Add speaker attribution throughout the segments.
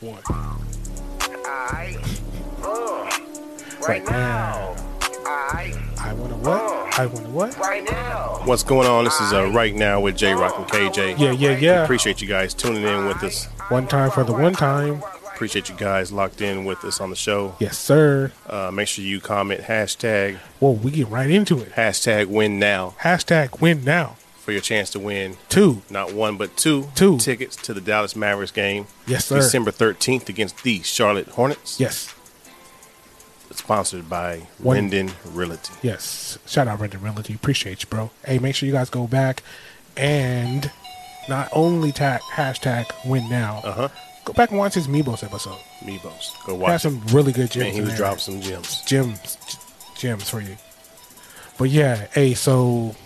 Speaker 1: one.
Speaker 2: I, uh, right
Speaker 1: Right
Speaker 2: now. I,
Speaker 1: I want to what? I want to what?
Speaker 2: right now.
Speaker 3: What's going on? This is uh, Right Now with J Rock and KJ.
Speaker 1: Yeah, yeah, yeah.
Speaker 3: Appreciate you guys tuning in with us.
Speaker 1: One time for the one time.
Speaker 3: Appreciate you guys locked in with us on the show.
Speaker 1: Yes, sir.
Speaker 3: Uh, make sure you comment hashtag
Speaker 1: Well, we get right into it.
Speaker 3: hashtag win now
Speaker 1: Hashtag win now.
Speaker 3: for your chance to win
Speaker 1: Two.
Speaker 3: not one but two
Speaker 1: Two.
Speaker 3: tickets to the Dallas Mavericks game
Speaker 1: Yes, sir.
Speaker 3: December 13th against the Charlotte Hornets.
Speaker 1: Yes.
Speaker 3: Sponsored by
Speaker 1: One.
Speaker 3: Linden Realty.
Speaker 1: Yes. Shout out Red Realty. Appreciate you, bro. Hey, make sure you guys go back and not only tag hashtag win now.
Speaker 3: Uh huh.
Speaker 1: Go back and watch his Mebos episode.
Speaker 3: Mebos. Go
Speaker 1: He Had
Speaker 3: watch it.
Speaker 1: some really good gems.
Speaker 3: And he
Speaker 1: in
Speaker 3: was
Speaker 1: there.
Speaker 3: dropping some gems.
Speaker 1: gems, g- gems for you. But yeah, hey, so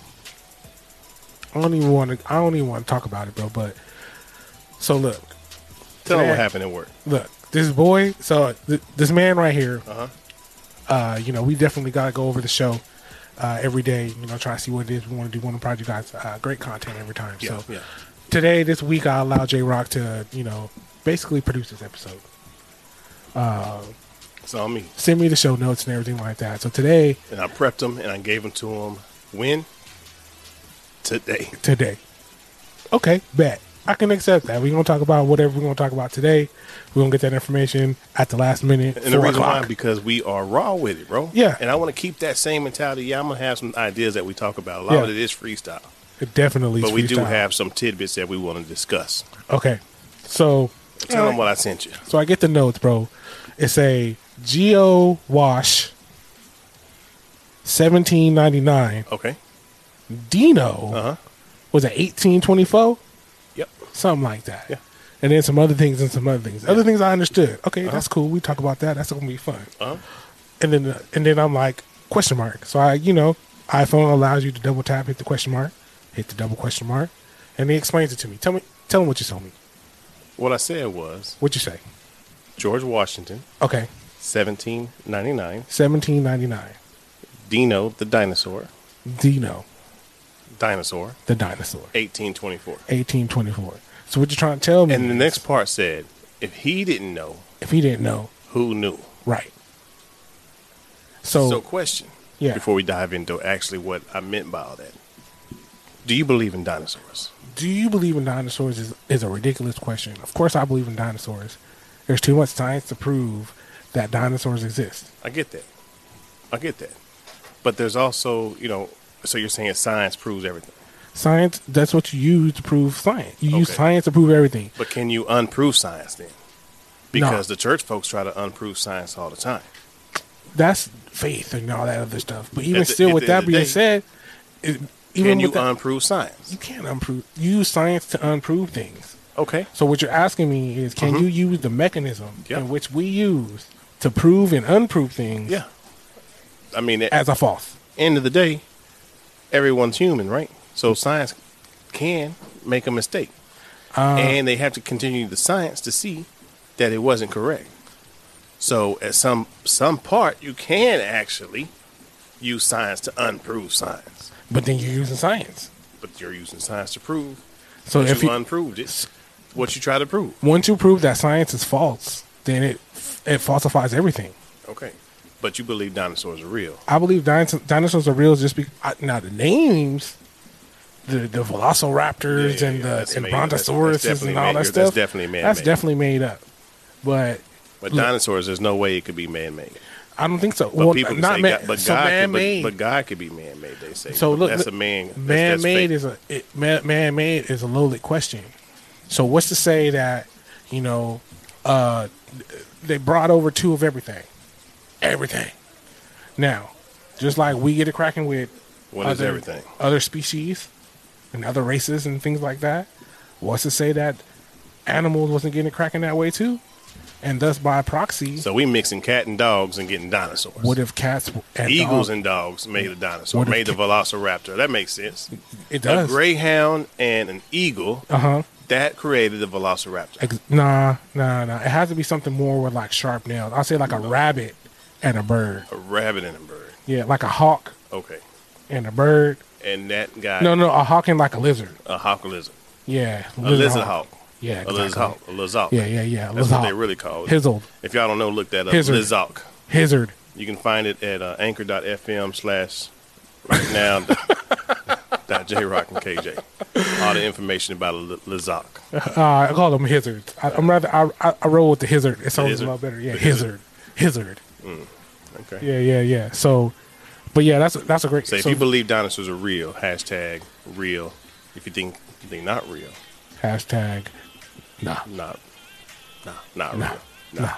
Speaker 1: I don't even want to. I don't even want to talk about it, bro. But so look,
Speaker 3: Tell them
Speaker 1: Yeah.
Speaker 3: what happened at work.
Speaker 1: look, this boy. So th- this man right here.
Speaker 3: Uh huh.
Speaker 1: Uh, you know, we definitely gotta go over the show uh, every day. You know, try to see what it is we want to do. Want to provide you guys uh, great content every time.
Speaker 3: Yeah.
Speaker 1: so
Speaker 3: yeah.
Speaker 1: today, this week, I allow J Rock to, you know, basically produce this episode.
Speaker 3: It's on me.
Speaker 1: Send me the show notes and everything like that. So today,
Speaker 3: and I prepped them and I gave them to him when today.
Speaker 1: today. Okay, bet. I can accept that. We're gonna talk about whatever we're gonna talk about today. We're gonna get that information at the last minute.
Speaker 3: And the
Speaker 1: four
Speaker 3: reason why
Speaker 1: o'clock.
Speaker 3: because we are raw with it, bro.
Speaker 1: Yeah.
Speaker 3: And I want to keep that same mentality. Yeah, I'm gonna have some ideas that we talk about. A lot of
Speaker 1: Yeah.
Speaker 3: it is freestyle,
Speaker 1: it definitely.
Speaker 3: but
Speaker 1: is
Speaker 3: we do
Speaker 1: freestyle.
Speaker 3: have some tidbits that we want to discuss.
Speaker 1: Okay, so
Speaker 3: Tell them what I sent you.
Speaker 1: so I get the notes, bro. It's a Geo Wash, seventeen ninety nine.
Speaker 3: Okay.
Speaker 1: Dino
Speaker 3: Uh huh.
Speaker 1: was at eighteen twenty four,
Speaker 3: Yep.
Speaker 1: something like that.
Speaker 3: Yeah.
Speaker 1: And then some other things and some other things. Other things I understood. Okay,
Speaker 3: Uh-huh.
Speaker 1: that's cool. We talk about that. That's gonna be fun.
Speaker 3: Uh huh.
Speaker 1: and then and then I'm like question mark. So I you know iPhone allows you to double tap, hit the question mark, hit the double question mark, and he explains it to me. Tell me, tell him what you told me.
Speaker 3: What I said was
Speaker 1: What you say?
Speaker 3: George Washington,
Speaker 1: Okay,
Speaker 3: 1799.
Speaker 1: seventeen ninety nine.
Speaker 3: Dino the dinosaur,
Speaker 1: Dino
Speaker 3: dinosaur,
Speaker 1: the dinosaur,
Speaker 3: 1824.
Speaker 1: eighteen twenty four. So what you trying to tell me?
Speaker 3: And the next part said, if he didn't know,
Speaker 1: if he didn't know,
Speaker 3: who knew?
Speaker 1: right? So,
Speaker 3: so question
Speaker 1: Yeah.
Speaker 3: before we dive into actually what I meant by all that. Do you believe in dinosaurs?
Speaker 1: do you believe in dinosaurs? Is is a ridiculous question. Of course, I believe in dinosaurs. There's too much science to prove that dinosaurs exist.
Speaker 3: I get that. I get that. But there's also, you know, so you're saying science proves everything.
Speaker 1: Science, that's what you use to prove science. You use
Speaker 3: Okay.
Speaker 1: science to prove everything.
Speaker 3: But can you unprove science then? Because the church folks try to unprove science all the time.
Speaker 1: That's faith and all that other stuff. But even
Speaker 3: At the-
Speaker 1: still,
Speaker 3: at
Speaker 1: with
Speaker 3: the end
Speaker 1: that
Speaker 3: of the
Speaker 1: being
Speaker 3: day,
Speaker 1: said, it, even
Speaker 3: can you
Speaker 1: with that,
Speaker 3: unprove science?
Speaker 1: you can't unprove. You use science to unprove things.
Speaker 3: Okay.
Speaker 1: So what you're asking me is, can you use the mechanism
Speaker 3: Mm-hmm. Yeah.
Speaker 1: in which we use to prove and unprove things
Speaker 3: Yeah. I mean, at
Speaker 1: as a false?
Speaker 3: end of the day, everyone's human, right? So science can make a mistake,
Speaker 1: Uh,
Speaker 3: and they have to continue the science to see that it wasn't correct. So at some some part, you can actually use science to unprove science,
Speaker 1: But then you're using science.
Speaker 3: but you're using science to prove
Speaker 1: So
Speaker 3: that
Speaker 1: if
Speaker 3: you
Speaker 1: you,
Speaker 3: unproved it. What you try to prove?
Speaker 1: once you prove that science is false, then it it falsifies everything.
Speaker 3: Okay, but you believe dinosaurs are real.
Speaker 1: I believe dinos- dinosaurs are real just because now the names, the the velociraptors
Speaker 3: Yeah, yeah,
Speaker 1: and
Speaker 3: yeah.
Speaker 1: the
Speaker 3: That's
Speaker 1: and
Speaker 3: made up. That's- that's
Speaker 1: brontosauruses
Speaker 3: definitely
Speaker 1: and all
Speaker 3: made-
Speaker 1: that
Speaker 3: that's
Speaker 1: stuff.
Speaker 3: definitely man-made.
Speaker 1: That's definitely made up. But
Speaker 3: But
Speaker 1: Look.
Speaker 3: dinosaurs, there's no way it could be man-made.
Speaker 1: I don't think so.
Speaker 3: But
Speaker 1: well,
Speaker 3: people can
Speaker 1: not
Speaker 3: say
Speaker 1: man,
Speaker 3: God, but
Speaker 1: so
Speaker 3: God, could, but,
Speaker 1: man-made.
Speaker 3: but God could be man-made. They say.
Speaker 1: So
Speaker 3: But
Speaker 1: look,
Speaker 3: that's
Speaker 1: look,
Speaker 3: a man. that's- that's
Speaker 1: man-made
Speaker 3: fake.
Speaker 1: is a it, man, man-made is a loaded question. So what's to say that you know uh, they brought over two of everything, everything. Now, just like we get a cracking with
Speaker 3: What is everything?
Speaker 1: Other species and other races and things like that. What's to say that animals wasn't getting cracking that way too? And thus by proxy,
Speaker 3: So we mixing cat and dogs and getting dinosaurs.
Speaker 1: what if cats w- and
Speaker 3: Eagles
Speaker 1: dogs-
Speaker 3: and dogs made a dinosaur,
Speaker 1: What if
Speaker 3: made the velociraptor. That makes sense.
Speaker 1: it
Speaker 3: A
Speaker 1: does.
Speaker 3: greyhound and an eagle
Speaker 1: uh huh.
Speaker 3: that created the velociraptor.
Speaker 1: Ex- nah, nah, nah. It has to be something more with like sharp nails. I'll say like a rabbit and a bird.
Speaker 3: a rabbit and a bird.
Speaker 1: Yeah, like a hawk
Speaker 3: Okay,
Speaker 1: and a bird.
Speaker 3: and that guy
Speaker 1: No, no, a hawk and like a lizard.
Speaker 3: a hawk lizard,
Speaker 1: Yeah,
Speaker 3: a lizard hawk.
Speaker 1: Yeah,
Speaker 3: A lizalk. A lizalk.
Speaker 1: Yeah, yeah, yeah.
Speaker 3: That's what
Speaker 1: lizalk.
Speaker 3: they really call it.
Speaker 1: Hizzled.
Speaker 3: If y'all don't know, look that up.
Speaker 1: Hizzard.
Speaker 3: Lizalk.
Speaker 1: Hizzard.
Speaker 3: You can find it at uh, anchor.fm slash right now dot J Rock and KJ. All the information about li- Lizalk.
Speaker 1: Uh, I call them Hizzard. I, I'm rather I, I, I roll with the Hizzard. It sounds
Speaker 3: Hizzard?
Speaker 1: a lot better. Yeah,
Speaker 3: The
Speaker 1: Hizzard. Hizzard.
Speaker 3: Okay.
Speaker 1: Yeah, yeah, yeah. So, but yeah, that's that's a great.
Speaker 3: So if
Speaker 1: so-
Speaker 3: you believe dinosaurs are real, hashtag real. If you think you think not real,
Speaker 1: hashtag nah
Speaker 3: not nah, not
Speaker 1: nah
Speaker 3: real.
Speaker 1: nah.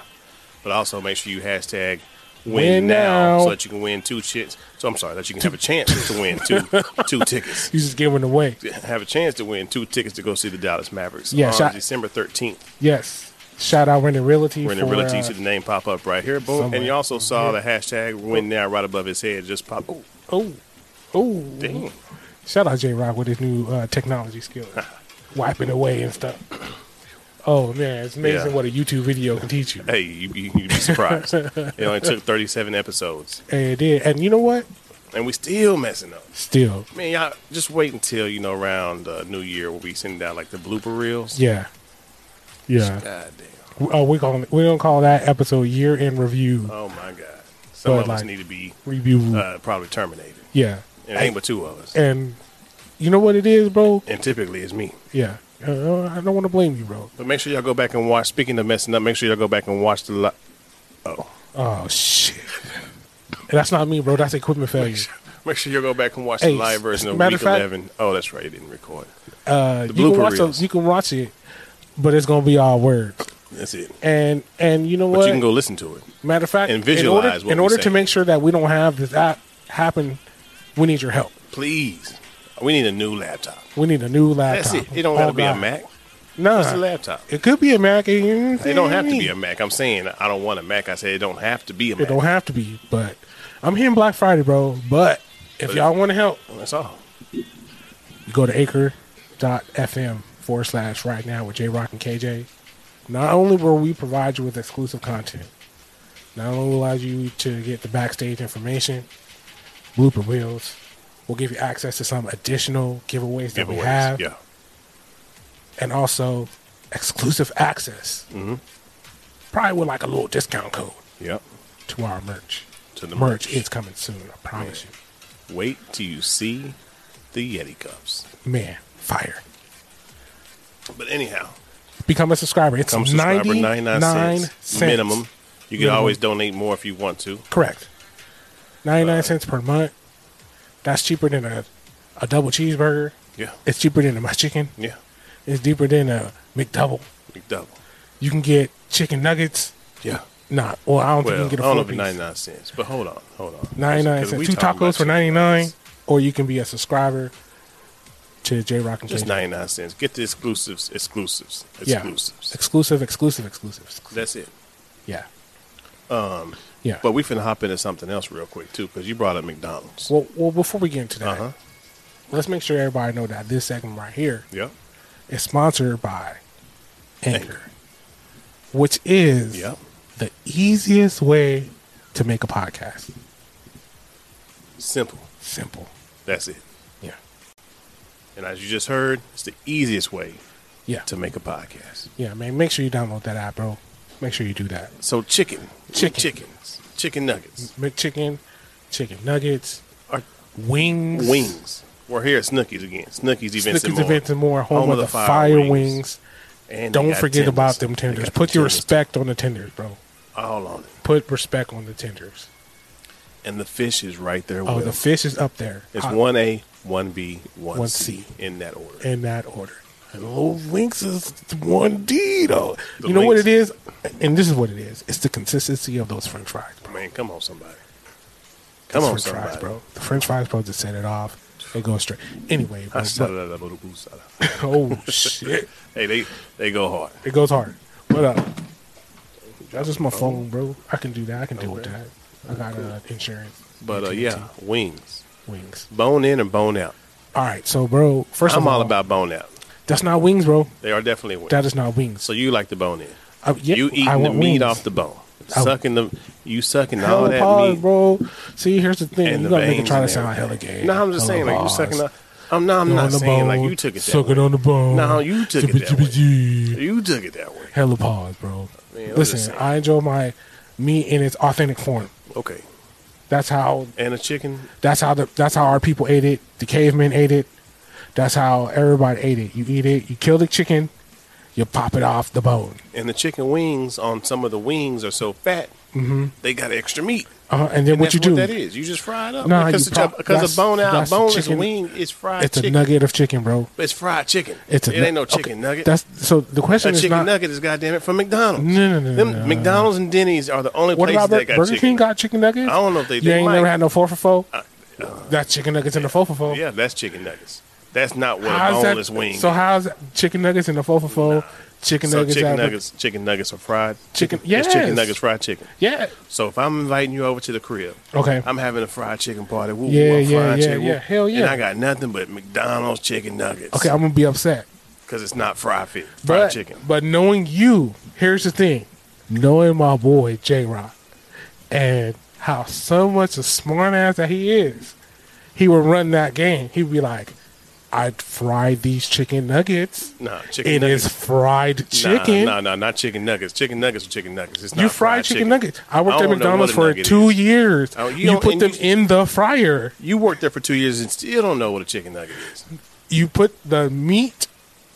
Speaker 3: But also make sure you hashtag win,
Speaker 1: Win
Speaker 3: now,
Speaker 1: now.
Speaker 3: so that you can win two chits. So I'm sorry that you can have a chance to win two two tickets.
Speaker 1: You just giving away.
Speaker 3: Have a chance to win two tickets to go see the Dallas Mavericks
Speaker 1: Yeah,
Speaker 3: on
Speaker 1: shot-
Speaker 3: December 13th.
Speaker 1: Yes. Shout out Rented Realty.
Speaker 3: We're in the
Speaker 1: for,
Speaker 3: realty.
Speaker 1: uh,
Speaker 3: You see the name pop up right here. Boom.
Speaker 1: somewhere.
Speaker 3: And you also saw the hashtag win now right above his head just pop. Oh,
Speaker 1: Oh, oh,
Speaker 3: damn.
Speaker 1: Shout out J Rock with his new uh, technology skills, wiping away and stuff. Oh man, it's amazing
Speaker 3: Yeah.
Speaker 1: what a YouTube video can teach you.
Speaker 3: Hey, you, you, you'd be surprised. it only took 37 episodes.
Speaker 1: And it did. And you know what?
Speaker 3: And we still messing up.
Speaker 1: Still,
Speaker 3: Man, y'all just wait until, you know, around uh, New Year where we send out like the blooper reels.
Speaker 1: yeah, yeah.
Speaker 3: God damn.
Speaker 1: Oh, we calling we gonna call that episode year in review
Speaker 3: Oh, my God. Some
Speaker 1: But,
Speaker 3: of us
Speaker 1: like-
Speaker 3: need to be
Speaker 1: review.
Speaker 3: uh, probably terminated.
Speaker 1: yeah,
Speaker 3: It ain't but two of us.
Speaker 1: and you know what it is, bro.
Speaker 3: And typically it's me.
Speaker 1: Yeah, uh, I don't want to blame you, bro.
Speaker 3: But make sure y'all go back and watch. Speaking of messing up, make sure y'all go back and watch the. Li- oh.
Speaker 1: Oh shit, that's not me, bro. That's equipment failure.
Speaker 3: Make sure you go back and watch
Speaker 1: Hey,
Speaker 3: the live version of
Speaker 1: matter
Speaker 3: Week
Speaker 1: of fact-
Speaker 3: 11. Oh, that's right. It didn't record.
Speaker 1: Uh, you
Speaker 3: The blooper
Speaker 1: can watch
Speaker 3: reels.
Speaker 1: those, you can watch it, but it's gonna be all words.
Speaker 3: That's it.
Speaker 1: And and you know
Speaker 3: But
Speaker 1: what?
Speaker 3: you can go listen to it.
Speaker 1: Matter of fact,
Speaker 3: and
Speaker 1: in order,
Speaker 3: visualize what
Speaker 1: in
Speaker 3: we
Speaker 1: order
Speaker 3: say.
Speaker 1: to make sure that we don't have this app happen, we need your help.
Speaker 3: Please. We need a new laptop.
Speaker 1: We need a new laptop.
Speaker 3: That's it. It don't
Speaker 1: Oh,
Speaker 3: have to be a
Speaker 1: God.
Speaker 3: Mac.
Speaker 1: No,
Speaker 3: It's a laptop.
Speaker 1: it could be a Mac.
Speaker 3: It don't have to be a Mac. I'm saying I don't want a Mac. I said it don't have to be a
Speaker 1: It don't
Speaker 3: Mac.
Speaker 1: have to be. But I'm here in Black Friday, bro. But if y'all want to help,
Speaker 3: That's all.
Speaker 1: go to acre.fm forward slash right now with J Rock and KJ. Not only will we provide you with exclusive content, not only will allow you to get the backstage information, blooper reels, we'll give you access to some additional giveaways that we
Speaker 3: Giveaways.
Speaker 1: have,
Speaker 3: Yeah.
Speaker 1: and also exclusive access.
Speaker 3: Mm-hmm.
Speaker 1: Probably with like a little discount code
Speaker 3: Yep.
Speaker 1: to our merch.
Speaker 3: To the
Speaker 1: merch.
Speaker 3: merch.
Speaker 1: is coming soon, I promise
Speaker 3: Wait till you see the Yeti cups.
Speaker 1: you. Man, fire.
Speaker 3: But anyhow,
Speaker 1: Become a subscriber. It's
Speaker 3: come subscriber
Speaker 1: 99
Speaker 3: 99 cents,
Speaker 1: cents.
Speaker 3: minimum. You can
Speaker 1: Minimum.
Speaker 3: always donate more if you want to.
Speaker 1: Correct. 99 cents per month. That's cheaper than a, a double cheeseburger.
Speaker 3: Yeah.
Speaker 1: It's cheaper than a my chicken.
Speaker 3: Yeah.
Speaker 1: It's deeper than a McDouble.
Speaker 3: McDouble.
Speaker 1: You can get chicken nuggets.
Speaker 3: Yeah.
Speaker 1: Nah, well, I don't
Speaker 3: Well, I
Speaker 1: think you can
Speaker 3: don't know
Speaker 1: get a
Speaker 3: if it's
Speaker 1: full piece.
Speaker 3: 99 cents, but hold on, hold on.
Speaker 1: 99
Speaker 3: Because
Speaker 1: cents.
Speaker 3: we
Speaker 1: Two
Speaker 3: talking
Speaker 1: tacos
Speaker 3: about
Speaker 1: for
Speaker 3: chicken
Speaker 1: 99
Speaker 3: nuggets.
Speaker 1: or you can be a subscriber to J Rock and
Speaker 3: Just
Speaker 1: J.
Speaker 3: 99 cents. Get the exclusives, exclusives,
Speaker 1: Yeah.
Speaker 3: exclusives.
Speaker 1: Exclusive, exclusive, exclusive.
Speaker 3: That's it.
Speaker 1: Yeah. Um, yeah.
Speaker 3: Um, But we finna hop into something else real quick, too, because you brought up McDonald's.
Speaker 1: well, well, before we get into that,
Speaker 3: Uh huh.
Speaker 1: let's make sure everybody know that this segment right here
Speaker 3: Yeah.
Speaker 1: is sponsored by Anchor,
Speaker 3: Anchor.
Speaker 1: which is
Speaker 3: Yep.
Speaker 1: the easiest way to make a podcast.
Speaker 3: Simple.
Speaker 1: Simple.
Speaker 3: That's it.
Speaker 1: Yeah.
Speaker 3: And as you just heard, it's the easiest way
Speaker 1: Yeah.
Speaker 3: to make a podcast.
Speaker 1: Yeah, man. Make sure you download that app, bro. Make sure you do that.
Speaker 3: So, chicken.
Speaker 1: Chicken.
Speaker 3: Chickens. Chicken nuggets.
Speaker 1: McChicken, chicken nuggets,
Speaker 3: Or
Speaker 1: wings,
Speaker 3: wings. We're here at Snookies again. Snookies events
Speaker 1: Snickers
Speaker 3: and more.
Speaker 1: events and more. Home, of, the fire wings.
Speaker 3: And they
Speaker 1: Don't
Speaker 3: got
Speaker 1: forget about them
Speaker 3: They
Speaker 1: tenders.
Speaker 3: got
Speaker 1: Put your
Speaker 3: tenders,
Speaker 1: respect on the tenders, bro.
Speaker 3: All on it.
Speaker 1: Put respect on the tenders.
Speaker 3: And the fish is right there
Speaker 1: Oh,
Speaker 3: with
Speaker 1: the
Speaker 3: it.
Speaker 1: fish is up there.
Speaker 3: It's
Speaker 1: I-
Speaker 3: one A, one B, one
Speaker 1: 1C.
Speaker 3: C in that order.
Speaker 1: in that order. And those links is one D though.
Speaker 3: The
Speaker 1: you know what
Speaker 3: links-
Speaker 1: it is, and this is what it is. It's the consistency of those French fries, bro.
Speaker 3: Man, come on, somebody. Come
Speaker 1: Those
Speaker 3: on,
Speaker 1: French
Speaker 3: somebody.
Speaker 1: fries, bro. The French fries, bro, just set it off. It goes straight. Anyway, bro, but,
Speaker 3: Hashtag-
Speaker 1: oh shit,
Speaker 3: hey, they they go hard.
Speaker 1: it goes hard. What up? That's just
Speaker 3: Oh.
Speaker 1: my phone, bro. I can do that. I can deal with that. I got uh, insurance.
Speaker 3: But uh,
Speaker 1: AT&T,
Speaker 3: yeah, wings,
Speaker 1: wings.
Speaker 3: bone in and bone out.
Speaker 1: All right, so bro, 1st
Speaker 3: I'm
Speaker 1: of all,
Speaker 3: all about bone out.
Speaker 1: that's not wings, bro.
Speaker 3: They are definitely wings.
Speaker 1: That is not wings.
Speaker 3: so you like the bone in?
Speaker 1: I- yeah,
Speaker 3: you
Speaker 1: I
Speaker 3: eating the
Speaker 1: want
Speaker 3: meat
Speaker 1: wings.
Speaker 3: off the bone,
Speaker 1: I-
Speaker 3: sucking the you sucking all
Speaker 1: Hella
Speaker 3: that
Speaker 1: pause,
Speaker 3: meat
Speaker 1: bro. See, here's the thing.
Speaker 3: and
Speaker 1: You
Speaker 3: the
Speaker 1: gotta make it
Speaker 3: veins
Speaker 1: try to
Speaker 3: and
Speaker 1: sound hella
Speaker 3: everything.
Speaker 1: gay.
Speaker 3: No, I'm just
Speaker 1: Hella
Speaker 3: saying, like you
Speaker 1: pause.
Speaker 3: sucking up. Um, no, I'm
Speaker 1: on
Speaker 3: not
Speaker 1: the
Speaker 3: saying like
Speaker 1: bone,
Speaker 3: you took it that
Speaker 1: suck
Speaker 3: way.
Speaker 1: it on the bone.
Speaker 3: No, you took it that way.
Speaker 1: way.
Speaker 3: You took it that way.
Speaker 1: Hella pause, bro.
Speaker 3: Man, I'm just
Speaker 1: Listen,
Speaker 3: saying.
Speaker 1: I enjoy my meat in its authentic form.
Speaker 3: Okay.
Speaker 1: That's how
Speaker 3: And a chicken.
Speaker 1: That's how the that's how our people ate it. The cavemen ate it. That's how everybody ate it. You eat it. You kill the chicken. You pop it off the bone.
Speaker 3: And the chicken wings on some of the wings are so fat, they got extra meat.
Speaker 1: Uh, and then Mm-hmm.
Speaker 3: And
Speaker 1: what
Speaker 3: that's
Speaker 1: you do?
Speaker 3: What that is. You just fry it up.
Speaker 1: Nah,
Speaker 3: because
Speaker 1: you
Speaker 3: the
Speaker 1: pro-
Speaker 3: chop- because
Speaker 1: that's-
Speaker 3: a bone out
Speaker 1: that's
Speaker 3: boneless
Speaker 1: chicken.
Speaker 3: wing is fried
Speaker 1: It's a
Speaker 3: chicken.
Speaker 1: nugget of chicken, bro.
Speaker 3: It's fried chicken.
Speaker 1: It's a
Speaker 3: it ain't
Speaker 1: nu-
Speaker 3: no chicken
Speaker 1: okay,
Speaker 3: nugget.
Speaker 1: That's so. The question
Speaker 3: a
Speaker 1: is
Speaker 3: chicken
Speaker 1: not.
Speaker 3: nugget is goddamn it from McDonald's.
Speaker 1: No, no, no,
Speaker 3: Them
Speaker 1: no, no.
Speaker 3: McDonald's and Denny's are the only
Speaker 1: What
Speaker 3: places
Speaker 1: about Bur-
Speaker 3: that got
Speaker 1: Burger
Speaker 3: chicken.
Speaker 1: King? Got chicken nuggets?
Speaker 3: I don't know if they-
Speaker 1: You
Speaker 3: they
Speaker 1: ain't
Speaker 3: might.
Speaker 1: never had no four for four. that's chicken nuggets in the four for four.
Speaker 3: yeah, that's chicken nuggets. That's not what a
Speaker 1: How's
Speaker 3: boneless
Speaker 1: that?
Speaker 3: wing.
Speaker 1: So how's chicken nuggets in the four for four? Chicken
Speaker 3: So
Speaker 1: nuggets.
Speaker 3: chicken
Speaker 1: out of-
Speaker 3: nuggets, chicken nuggets are fried.
Speaker 1: Chicken-
Speaker 3: it's chicken
Speaker 1: yes.
Speaker 3: nuggets, fried chicken.
Speaker 1: Yeah.
Speaker 3: So if I'm inviting you over to the crib,
Speaker 1: Okay.
Speaker 3: I'm having a fried chicken party. Woo,
Speaker 1: Yeah,
Speaker 3: woo, I'm
Speaker 1: yeah,
Speaker 3: frying
Speaker 1: yeah,
Speaker 3: chicken,
Speaker 1: yeah. Hell yeah.
Speaker 3: And I got nothing but McDonald's chicken nuggets.
Speaker 1: okay. I'm gonna be upset.
Speaker 3: because it's not fried fish, fried
Speaker 1: But,
Speaker 3: chicken.
Speaker 1: but knowing you, here's the thing. Knowing my boy J Rock and how so much a smart ass that he is, he would run that game. He'd be like, I'd fry these chicken nuggets.
Speaker 3: Nah, chicken
Speaker 1: It
Speaker 3: nuggets.
Speaker 1: is fried chicken.
Speaker 3: No, no, not chicken nuggets. Chicken nuggets are chicken nuggets. It's not
Speaker 1: You fried chicken, nuggets. I worked
Speaker 3: I
Speaker 1: at
Speaker 3: don't know
Speaker 1: McDonald's
Speaker 3: what
Speaker 1: for
Speaker 3: a nugget
Speaker 1: two
Speaker 3: is.
Speaker 1: years.
Speaker 3: Oh, you
Speaker 1: you
Speaker 3: don't-
Speaker 1: put
Speaker 3: and
Speaker 1: them
Speaker 3: you-
Speaker 1: in the fryer.
Speaker 3: You worked there for two years and still don't know what a chicken nugget is.
Speaker 1: You put the meat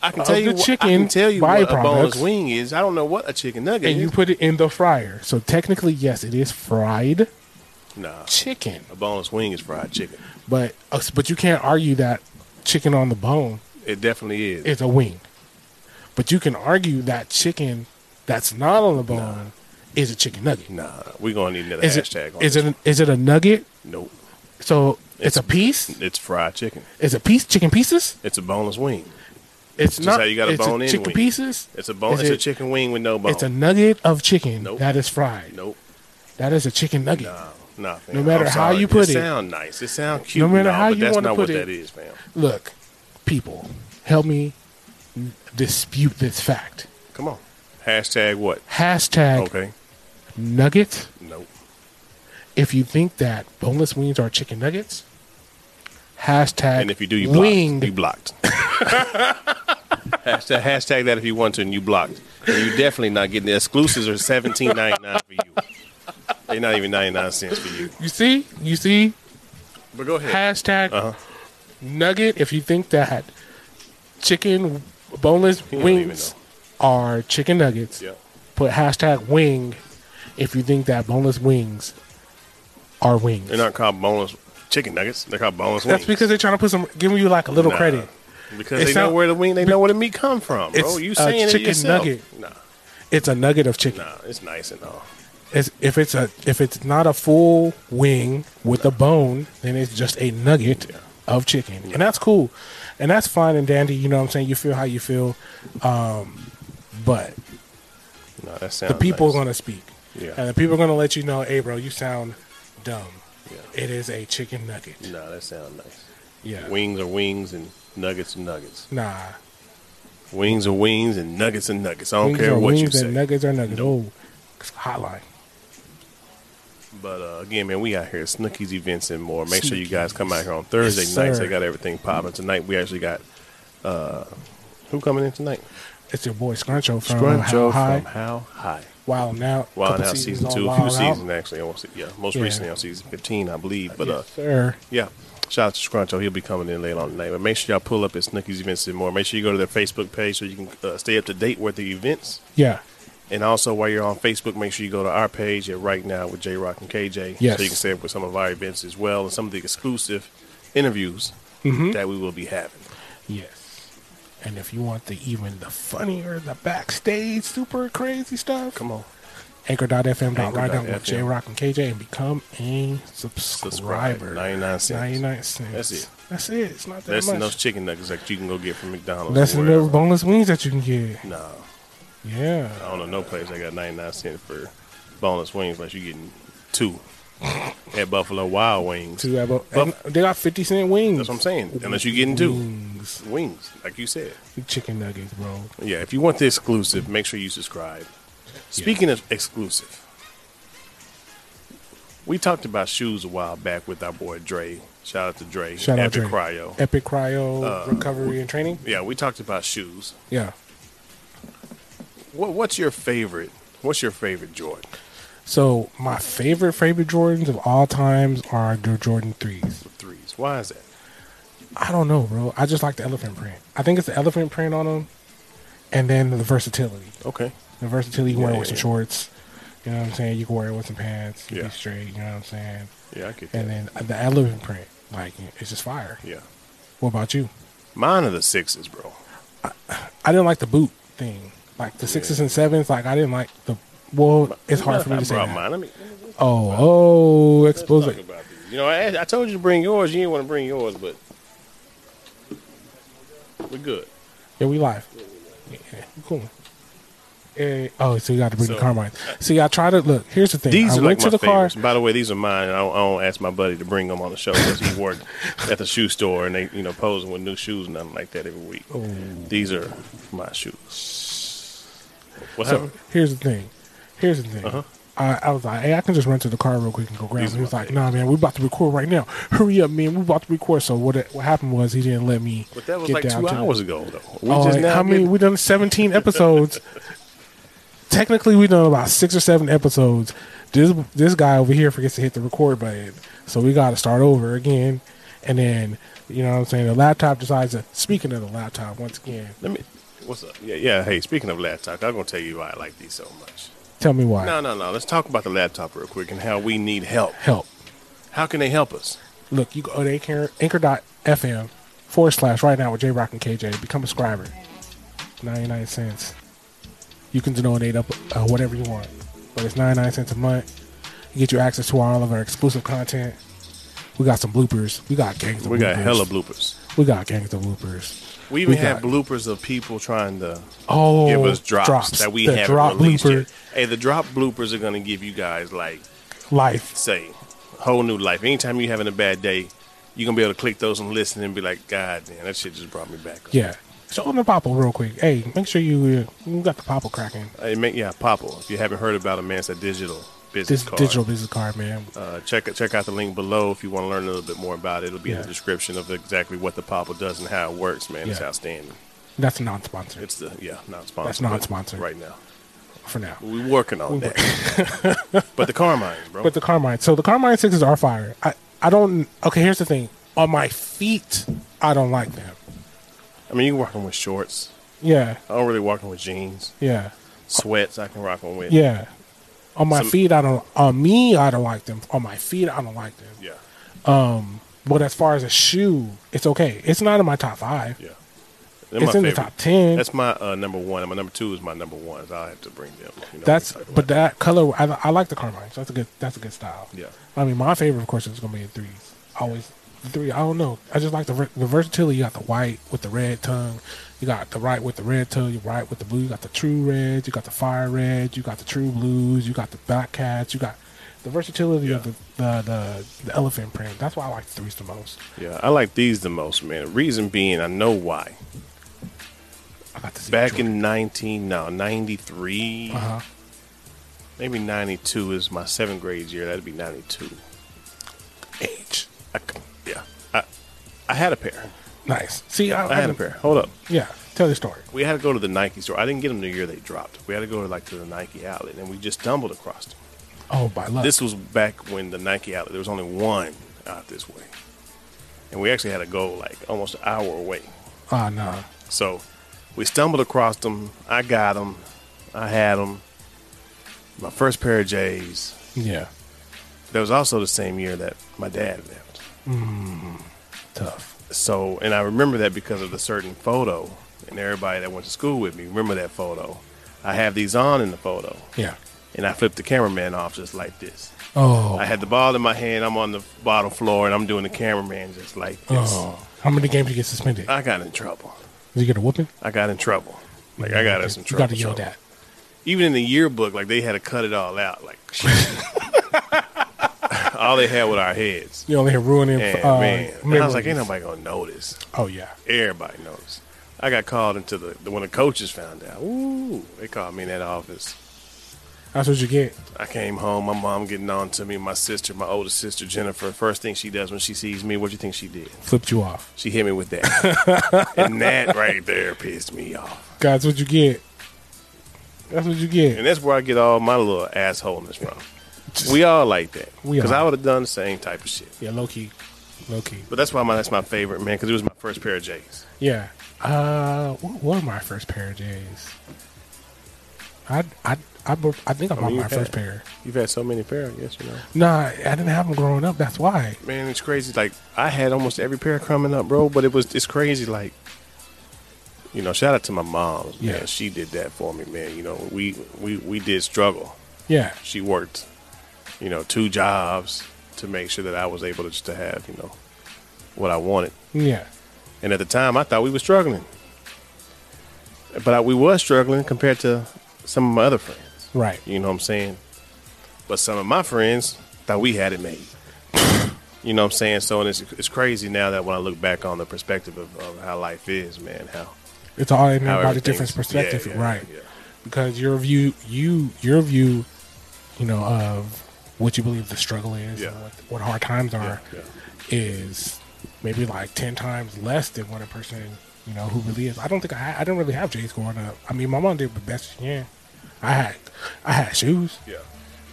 Speaker 3: I can
Speaker 1: Of
Speaker 3: tell
Speaker 1: the
Speaker 3: you. what- I
Speaker 1: chicken
Speaker 3: can tell you what a boneless
Speaker 1: byproducts.
Speaker 3: wing is. I don't know what a chicken nugget
Speaker 1: and you
Speaker 3: is.
Speaker 1: put it in the fryer. So technically, yes, it is fried
Speaker 3: nah,
Speaker 1: chicken.
Speaker 3: a boneless wing is fried chicken.
Speaker 1: But uh, but you can't argue that chicken on the bone
Speaker 3: It definitely is.
Speaker 1: is a wing. But you can argue that chicken that's not on the bone is a chicken nugget.
Speaker 3: nah, we're gonna need another
Speaker 1: Is it,
Speaker 3: hashtag. on
Speaker 1: is
Speaker 3: this.
Speaker 1: it is it a nugget?
Speaker 3: Nope.
Speaker 1: So it's, a piece.
Speaker 3: It's fried chicken.
Speaker 1: It's a piece. Chicken pieces.
Speaker 3: It's a boneless wing.
Speaker 1: It's
Speaker 3: Just
Speaker 1: not.
Speaker 3: how you got a
Speaker 1: it's
Speaker 3: bone in
Speaker 1: Chicken
Speaker 3: wing.
Speaker 1: pieces.
Speaker 3: It's a bone.
Speaker 1: Is
Speaker 3: It's a
Speaker 1: it-
Speaker 3: chicken wing with no bone.
Speaker 1: It's a nugget of chicken
Speaker 3: Nope.
Speaker 1: that is fried.
Speaker 3: nope.
Speaker 1: That is a chicken nugget.
Speaker 3: Nah, nah, fam.
Speaker 1: No matter
Speaker 3: I'm
Speaker 1: how
Speaker 3: sorry.
Speaker 1: you put it.
Speaker 3: sound nice. It sound cute.
Speaker 1: No matter how
Speaker 3: but
Speaker 1: you
Speaker 3: that's
Speaker 1: wanna
Speaker 3: not
Speaker 1: put
Speaker 3: what
Speaker 1: it.
Speaker 3: that is, fam.
Speaker 1: Look, people, help me dispute this fact.
Speaker 3: Come on. Hashtag what?
Speaker 1: Hashtag
Speaker 3: Okay.
Speaker 1: nugget.
Speaker 3: Nope.
Speaker 1: if you think that boneless wings are chicken nuggets, hashtag
Speaker 3: And if you do, you blocked.
Speaker 1: winged.
Speaker 3: You blocked. hashtag, hashtag that if you want to, and you blocked. And you definitely not getting the exclusives are seventeen ninety nine for you. They're not even ninety nine cents for you.
Speaker 1: You see, you see,
Speaker 3: But go ahead.
Speaker 1: hashtag
Speaker 3: Uh-huh.
Speaker 1: nugget. If you think that chicken boneless
Speaker 3: don't even
Speaker 1: wings are chicken nuggets,
Speaker 3: yeah.
Speaker 1: put hashtag wing. If you think that boneless wings are wings,
Speaker 3: They're not called boneless chicken nuggets. They're called boneless
Speaker 1: that's
Speaker 3: wings.
Speaker 1: because they're trying to put some, giving you like a little
Speaker 3: Nah.
Speaker 1: credit.
Speaker 3: Because
Speaker 1: It's
Speaker 3: they know
Speaker 1: not-
Speaker 3: where the wing, they know where the meat come from, bro.
Speaker 1: It's
Speaker 3: you
Speaker 1: a
Speaker 3: saying
Speaker 1: chicken
Speaker 3: it yourself.
Speaker 1: nugget.
Speaker 3: Nah,
Speaker 1: It's a nugget of chicken.
Speaker 3: nah, it's nice and all.
Speaker 1: It's, if it's a if it's not a full wing with a bone, then it's just a nugget of chicken, and that's cool, and that's fine and dandy. You know what I'm saying? You feel how you feel, um, but
Speaker 3: No, that sounds.
Speaker 1: the people
Speaker 3: nice.
Speaker 1: are gonna speak,
Speaker 3: Yeah.
Speaker 1: and the people are gonna let you know, hey, bro, you sound dumb.
Speaker 3: Yeah.
Speaker 1: It is a chicken nugget.
Speaker 3: No, that sounds nice.
Speaker 1: Yeah,
Speaker 3: Wings are wings and nuggets are nuggets.
Speaker 1: nah.
Speaker 3: Wings are wings and nuggets are nuggets. I don't
Speaker 1: wings
Speaker 3: care
Speaker 1: are
Speaker 3: what
Speaker 1: wings
Speaker 3: you say.
Speaker 1: and nuggets are nuggets. Oh, hotline.
Speaker 3: But uh, again, man, we out here at Snookies events and more. Make sure you
Speaker 1: Snookies.
Speaker 3: guys come out here on Thursday
Speaker 1: Yes,
Speaker 3: nights.
Speaker 1: sir.
Speaker 3: They got everything popping tonight. We actually got uh, who coming in tonight?
Speaker 1: It's your boy Scruncho from How
Speaker 3: Scruncho
Speaker 1: High.
Speaker 3: from How High.
Speaker 1: Wow, now
Speaker 3: Wild
Speaker 1: couple
Speaker 3: Out
Speaker 1: seasons
Speaker 3: season
Speaker 1: on
Speaker 3: two, a few
Speaker 1: Wild Out.
Speaker 3: seasons actually. On, se- yeah, most
Speaker 1: Yeah.
Speaker 3: recently on season fifteen, I believe. But uh,
Speaker 1: Yes, sir.
Speaker 3: Yeah. Shout out to Scruncho. He'll be coming in later on tonight. But make sure y'all pull up at Snookies Events and more. Make sure you go to their Facebook page so you can uh, stay up to date with the events.
Speaker 1: Yeah.
Speaker 3: And also, while you're on Facebook, make sure you go to our page at Right Now with J Rock and KJ.
Speaker 1: Yes.
Speaker 3: So you can stay up with some of our events as well and some of the exclusive interviews
Speaker 1: Mm-hmm.
Speaker 3: that we will be having.
Speaker 1: Yes. And if you want the even the funnier, the backstage super crazy stuff,
Speaker 3: Come on.
Speaker 1: anchor.fm. Right down
Speaker 3: Anchor.fm.
Speaker 1: with J Rock and KJ and become a subscriber.
Speaker 3: 99 cents.
Speaker 1: 99 cents.
Speaker 3: That's it.
Speaker 1: That's it. It's not that
Speaker 3: Less than
Speaker 1: much.
Speaker 3: those chicken nuggets that you can go get from McDonald's.
Speaker 1: Less than
Speaker 3: or
Speaker 1: those
Speaker 3: wherever.
Speaker 1: boneless wings that you can get.
Speaker 3: No. I
Speaker 1: Yeah.
Speaker 3: don't know no place that got 99 cents for boneless wings unless you're getting two at Buffalo Wild Wings.
Speaker 1: Two elbow- and they got 50 cent wings.
Speaker 3: That's what I'm saying. Unless you're getting two
Speaker 1: Wings.
Speaker 3: wings, like you said.
Speaker 1: Chicken nuggets, bro.
Speaker 3: Yeah, if you want the exclusive, make sure you subscribe. Speaking of exclusive, we talked about shoes a while back with our boy Dre Shout out to Dre.
Speaker 1: Shout out Dre.
Speaker 3: Epic Cryo.
Speaker 1: Epic Cryo recovery and training.
Speaker 3: yeah, Uh, we talked about shoes.
Speaker 1: Yeah.
Speaker 3: What, what's your favorite? What's your favorite Jordan?
Speaker 1: So my favorite favorite Jordans of all times are the Jordan threes.
Speaker 3: The threes. Why is that?
Speaker 1: I don't know, bro. I just like the elephant print. I think it's the elephant print on them, and then the versatility.
Speaker 3: Okay.
Speaker 1: The versatility you can wear
Speaker 3: Yeah,
Speaker 1: it with some
Speaker 3: yeah.
Speaker 1: shorts. You know what I'm saying? You can wear it with some pants. You
Speaker 3: Yeah.
Speaker 1: be straight. You know what I'm saying?
Speaker 3: Yeah, I get that.
Speaker 1: And then the elephant print, like it's just fire.
Speaker 3: yeah.
Speaker 1: What about you?
Speaker 3: Mine are the sixes, bro.
Speaker 1: I didn't like the boot thing, like the sixes and sevens. Like I didn't like the. Well, it's hard for me
Speaker 3: I
Speaker 1: to say.
Speaker 3: brought
Speaker 1: that.
Speaker 3: mine. Let me, let me just
Speaker 1: Oh, oh, expose
Speaker 3: talk
Speaker 1: it.
Speaker 3: about these. You know, I, I told you to bring yours. You didn't want to bring yours, but we're good.
Speaker 1: Yeah, we live. Yeah, we cool. Eh, oh, so you got to bring the
Speaker 3: So-
Speaker 1: Carmine. See, I tried to look. Here's the thing.
Speaker 3: These
Speaker 1: I
Speaker 3: are
Speaker 1: went
Speaker 3: like my
Speaker 1: to the car.
Speaker 3: favorites. By the way, these are mine. I don't, I don't ask my buddy to bring them on the show because he worked at the shoe store and they, you know, posing with new shoes and nothing like that every week.
Speaker 1: Oh.
Speaker 3: These are my shoes. What
Speaker 1: So
Speaker 3: happened?
Speaker 1: here's the thing. Here's the thing. I, I was like, hey, I can just run to the car real quick and go grab him.
Speaker 3: Uh-huh. These are
Speaker 1: He was
Speaker 3: my
Speaker 1: like, nah, man, we're about to record right now. Hurry up, man. We're about to record. So what what happened was he didn't let me.
Speaker 3: But that was
Speaker 1: get
Speaker 3: like
Speaker 1: down
Speaker 3: two
Speaker 1: to it.
Speaker 3: hours ago, though. We
Speaker 1: Oh,
Speaker 3: just now
Speaker 1: how many?
Speaker 3: get-
Speaker 1: We've done 17 episodes. Technically, we've done about six or seven episodes. This this guy over here forgets to hit the record button, so we got to start over again. And then, you know what I'm saying? The laptop decides to. Speaking of the laptop, once again,
Speaker 3: Let me. What's up? Yeah, yeah. Hey, speaking of laptop, I'm gonna tell you why I like these so much.
Speaker 1: tell me why.
Speaker 3: No, no, no. Let's talk about the laptop real quick and how we need help.
Speaker 1: Help!
Speaker 3: How can they help us?
Speaker 1: Look, you go to anchor, anchor.fm forward slash right now with J Rock and KJ. Become a subscriber. 99 cents. You can donate up uh, whatever you want, but it's 99 cents a month. You get your access to all of our exclusive content. We got some bloopers. We got gangs of
Speaker 3: We
Speaker 1: bloopers.
Speaker 3: got hella bloopers.
Speaker 1: We got gangs of bloopers.
Speaker 3: We even
Speaker 1: We got-
Speaker 3: had bloopers of people trying to
Speaker 1: Oh,
Speaker 3: give us drops, that we
Speaker 1: The
Speaker 3: haven't
Speaker 1: drop
Speaker 3: released
Speaker 1: blooper
Speaker 3: yet. Hey, the drop bloopers are gonna give you guys like
Speaker 1: life.
Speaker 3: say a whole new life. Anytime you're having a bad day, you're gonna be able to click those and listen and be like, God damn, that shit just brought me back. Up.
Speaker 1: Yeah. Show them the popple real quick. Hey, make sure you uh, you got the popple cracking.
Speaker 3: Hey, man, yeah, Popple. If you haven't heard about him, man, it's a digital business
Speaker 1: This
Speaker 3: card.
Speaker 1: digital business card, man.
Speaker 3: Uh, check check out the link below if you want to learn a little bit more about it. It'll be in the
Speaker 1: Yeah.
Speaker 3: description of exactly what the Popple does and how it works. Man, it's
Speaker 1: Yeah.
Speaker 3: outstanding.
Speaker 1: That's non-sponsored
Speaker 3: It's the yeah non-sponsored.
Speaker 1: That's
Speaker 3: but
Speaker 1: non-sponsored.
Speaker 3: right now.
Speaker 1: for now.
Speaker 3: We're working on that. but the Carmines, bro.
Speaker 1: But the Carmine. So the Carmine sixes are fire. I, I don't. Okay, here's the thing. On my feet, I don't like them.
Speaker 3: I mean, you're walking with shorts.
Speaker 1: Yeah,
Speaker 3: I don't really walking with jeans.
Speaker 1: yeah,
Speaker 3: Sweats I can rock on with.
Speaker 1: yeah. On my
Speaker 3: Some-
Speaker 1: feet, I don't. On me, I don't like them. On my feet, I don't like them.
Speaker 3: Yeah.
Speaker 1: But as far as a shoe, it's okay. It's not in my top five.
Speaker 3: Yeah. They're
Speaker 1: It's
Speaker 3: my
Speaker 1: in the
Speaker 3: favorite.
Speaker 1: top ten. That's,
Speaker 3: That's my uh, number one. And my number two is my number one. So I have to bring them. You know, we talk
Speaker 1: but
Speaker 3: about
Speaker 1: that color. I, I like the Carmine. So that's a good. That's a good style.
Speaker 3: Yeah.
Speaker 1: I mean, my favorite, of course, is gonna be the threes. Always the three. I don't know. I just like the ver- the versatility. You got the white with the red tongue. You got the right with the red tongue. You right with the blue. You got the true reds. You got the fire reds. You got the true blues. You got the black cats. You got the versatility of the, the the the elephant print. That's why I like the threes the most.
Speaker 3: yeah. I like these the most, man. Reason being, I know why.
Speaker 1: I got to see
Speaker 3: Back in 19, no, 93,
Speaker 1: uh huh.
Speaker 3: maybe 92 is my seventh grade year. That'd be 92.
Speaker 1: Age.
Speaker 3: I c yeah. I, I had a pair.
Speaker 1: Nice. See, I,
Speaker 3: I had a pair. Hold up.
Speaker 1: Yeah. Tell your story.
Speaker 3: We had to go to the Nike store. I didn't get them the year they dropped. We had to go to like to the Nike outlet, and we just stumbled across them.
Speaker 1: Oh, by luck.
Speaker 3: This was back when the Nike outlet there was only one out this way, and we actually had to go like almost an hour away.
Speaker 1: Ah, nah.
Speaker 3: So we stumbled across them. I got them. I had them. My first pair of J's.
Speaker 1: Yeah.
Speaker 3: That was also the same year that my dad left.
Speaker 1: Tough.
Speaker 3: So, and I remember that because of the certain photo, and everybody that went to school with me remember that photo. I have these on in the photo.
Speaker 1: Yeah.
Speaker 3: and I flipped the cameraman off just like this.
Speaker 1: Oh.
Speaker 3: I had the ball in my hand. I'm on the bottom floor, and I'm doing the cameraman just like this. Uh,
Speaker 1: Oh, how many games you get suspended?
Speaker 3: I got in trouble.
Speaker 1: Did you get a whooping?
Speaker 3: I got in trouble. Like I got in some
Speaker 1: You
Speaker 3: trouble.
Speaker 1: got to yell
Speaker 3: trouble.
Speaker 1: that.
Speaker 3: Even in the yearbook, like they had to cut it all out. Like all they had with our heads.
Speaker 1: You only had ruining.
Speaker 3: And
Speaker 1: uh,
Speaker 3: man, and I was like, ain't
Speaker 1: memories.
Speaker 3: nobody gonna notice.
Speaker 1: Oh yeah,
Speaker 3: Everybody noticed. I got called into the, the when the coaches found out. Ooh, they called me in that office.
Speaker 1: That's what you get.
Speaker 3: I came home, my mom getting on to me, my sister, my older sister Jennifer. First thing she does when she sees me, what do you think she did?
Speaker 1: Flipped you off.
Speaker 3: She hit me with that, and that right there pissed me off.
Speaker 1: That's what you get. That's what you get.
Speaker 3: And that's where I get all my little assholeness from. We all like that
Speaker 1: We
Speaker 3: because
Speaker 1: are.
Speaker 3: I would have done the same type of shit.
Speaker 1: Yeah, low key, low key.
Speaker 3: But that's why my that's my favorite man because it was my first pair of J's.
Speaker 1: Yeah. Uh, what were my first pair of J's? I I I, bought- I think I bought
Speaker 3: mean,
Speaker 1: my
Speaker 3: you
Speaker 1: first
Speaker 3: had-
Speaker 1: pair.
Speaker 3: You've had so many pair, I guess you know.
Speaker 1: Nah, I didn't have them growing up. That's why.
Speaker 3: Man, it's crazy. Like I had almost every pair coming up, bro. But it was it's crazy. Like you know, shout out to my mom. Yeah,
Speaker 1: Yeah.
Speaker 3: she did that for me, man. You know, we we we did struggle.
Speaker 1: Yeah.
Speaker 3: She worked, you know, two jobs to make sure that I was able to just to have you know what I wanted.
Speaker 1: Yeah.
Speaker 3: And at the time, I thought we were struggling, but I, we was struggling compared to some of my other friends.
Speaker 1: Right.
Speaker 3: You know what I'm saying? But some of my friends thought we had it made. you know what I'm saying? So and it's, it's crazy now that when I look back on the perspective of, of how life is, man, how,
Speaker 1: It's all in
Speaker 3: how
Speaker 1: about a
Speaker 3: everything's-
Speaker 1: different perspective,
Speaker 3: yeah, yeah,
Speaker 1: right?
Speaker 3: yeah.
Speaker 1: Because your view, you your view, you know, of what you believe the struggle is
Speaker 3: Yeah.
Speaker 1: and what, what hard times are,
Speaker 3: yeah.
Speaker 1: is maybe like ten times less than what a person you know who really is. I don't think I ha- I didn't really have J's growing up. I mean, my mom did the best she can. I had I had shoes.
Speaker 3: yeah.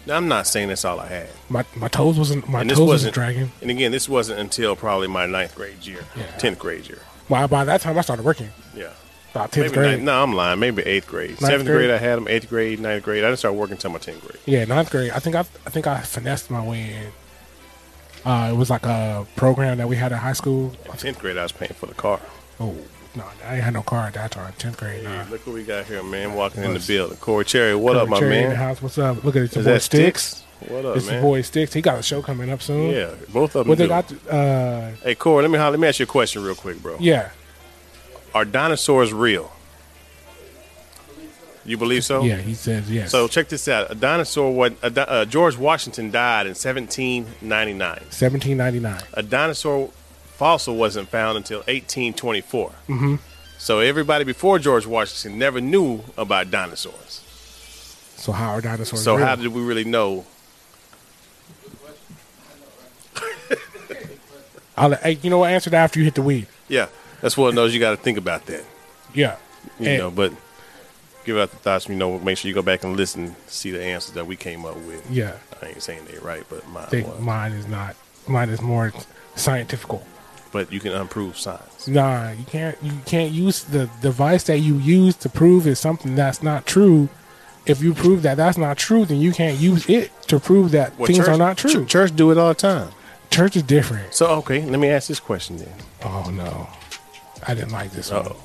Speaker 3: Now I'm not saying that's all I had,
Speaker 1: My my toes wasn't my
Speaker 3: and this
Speaker 1: toes wasn't
Speaker 3: wasn't
Speaker 1: dragging.
Speaker 3: And again, this wasn't until probably my ninth grade year,
Speaker 1: Yeah.
Speaker 3: tenth grade year.
Speaker 1: Well, by that time I started working
Speaker 3: Yeah.
Speaker 1: about tenth
Speaker 3: Maybe
Speaker 1: grade.
Speaker 3: ninth, no, I'm lying. Maybe eighth grade, seventh
Speaker 1: grade?
Speaker 3: grade. I had them. Eighth grade, ninth grade. I didn't start working until my tenth grade.
Speaker 1: Yeah, ninth grade. I think I, I think I finessed my way in. Uh, it was like a program that we had at high school.
Speaker 3: In tenth grade, I was paying for the car.
Speaker 1: Oh no, I ain't had no car at that time. Tenth grade.
Speaker 3: Hey,
Speaker 1: Nah.
Speaker 3: look what we got here, man. Walking in the building, Corey Cherry. What up, my
Speaker 1: Cherry In the
Speaker 3: man?
Speaker 1: house. What's up? Look at it, your
Speaker 3: Is
Speaker 1: boy
Speaker 3: that
Speaker 1: Sticks.
Speaker 3: Sticks? What up,
Speaker 1: It's your
Speaker 3: man?
Speaker 1: boy Sticks. He got a show coming up soon.
Speaker 3: Yeah, both of them.
Speaker 1: What they
Speaker 3: do.
Speaker 1: got? Uh,
Speaker 3: Hey, Corey, let me holler- let me ask you a question real quick, bro.
Speaker 1: yeah,
Speaker 3: Are dinosaurs real? You believe so?
Speaker 1: yeah. He says yes.
Speaker 3: Oh. So check this out. A dinosaur. What? A, di- uh, George Washington died in 1799.
Speaker 1: seventeen ninety nine.
Speaker 3: a dinosaur fossil wasn't found until 1824. Mm-hmm. So everybody before George Washington never knew about dinosaurs.
Speaker 1: So how are dinosaurs?
Speaker 3: So
Speaker 1: real?
Speaker 3: how did we really know?
Speaker 1: I'll let- hey, you know what? Answer that after you hit the weed.
Speaker 3: Yeah, that's one of those you got to think about that.
Speaker 1: Yeah.
Speaker 3: You
Speaker 1: And-
Speaker 3: know, but give out the thoughts. You know, make sure you go back and listen, see the answers that we came up with.
Speaker 1: Yeah.
Speaker 3: I ain't saying they right, but my,
Speaker 1: I think mine is not. Mine is more scientifical.
Speaker 3: but you can unprove science.
Speaker 1: Nah, you can't. You can't use the device that you use to prove is something that's not true. If you prove that that's not true, then you can't use it to prove that
Speaker 3: Well,
Speaker 1: things
Speaker 3: church-
Speaker 1: are not true.
Speaker 3: ch- Church do it all the time.
Speaker 1: church is different.
Speaker 3: So okay, let me ask this question then.
Speaker 1: Oh no, I didn't like this one.
Speaker 3: Uh-oh.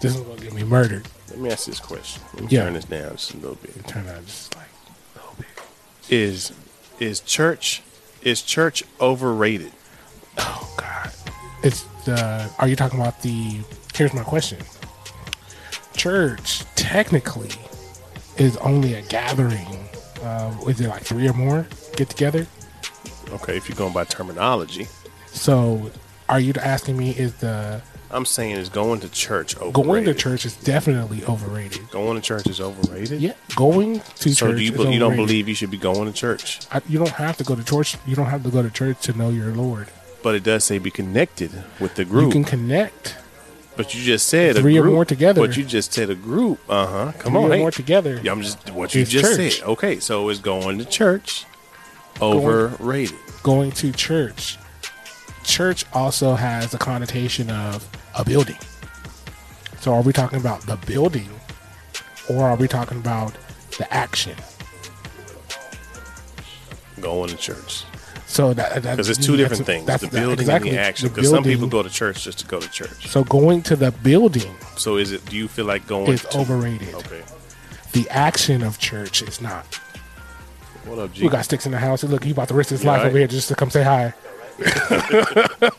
Speaker 1: This is gonna get me murdered.
Speaker 3: Let me ask this question. Let me
Speaker 1: Yeah.
Speaker 3: turn this down just a little bit.
Speaker 1: Turn out just like a little bit.
Speaker 3: is is church is church overrated?
Speaker 1: Oh God, it's the. Are you talking about the? Here's my question. Church technically is only a gathering. Uh, is it like three or more get together?
Speaker 3: Okay, if you're going by terminology,
Speaker 1: So, are you asking me is the
Speaker 3: I'm saying is going to church overrated.
Speaker 1: going to church is definitely overrated?
Speaker 3: Going to church is overrated.
Speaker 1: Yeah, going to
Speaker 3: So
Speaker 1: church.
Speaker 3: do you
Speaker 1: is
Speaker 3: be- you don't
Speaker 1: overrated.
Speaker 3: believe you should be going to church?
Speaker 1: I, you don't have to go to church. You don't have to go to church to know your Lord.
Speaker 3: But it does say be connected with the group.
Speaker 1: You can connect
Speaker 3: but you just said
Speaker 1: Three
Speaker 3: a
Speaker 1: or
Speaker 3: group,
Speaker 1: more together.
Speaker 3: But you just said a group. Uh huh. Come
Speaker 1: three
Speaker 3: on.
Speaker 1: or
Speaker 3: hey.
Speaker 1: more together.
Speaker 3: Yeah, I'm just what you
Speaker 1: It's
Speaker 3: just
Speaker 1: church.
Speaker 3: said. Okay, so is going to church overrated?
Speaker 1: Going to church. Church also has the connotation of a building. So, are we talking about the building, or are we talking about the action?
Speaker 3: Going to church.
Speaker 1: So that
Speaker 3: Because it's two different things the building and the action. Because some people go to church just to go to church.
Speaker 1: So going to the building
Speaker 3: So is it? Do you feel like going?
Speaker 1: is
Speaker 3: to-
Speaker 1: overrated.
Speaker 3: Okay.
Speaker 1: The action of church is not.
Speaker 3: What up, G?
Speaker 1: We got sticks in the house. Look, he about to risk his
Speaker 3: Yeah,
Speaker 1: life
Speaker 3: right.
Speaker 1: over here just to come say hi.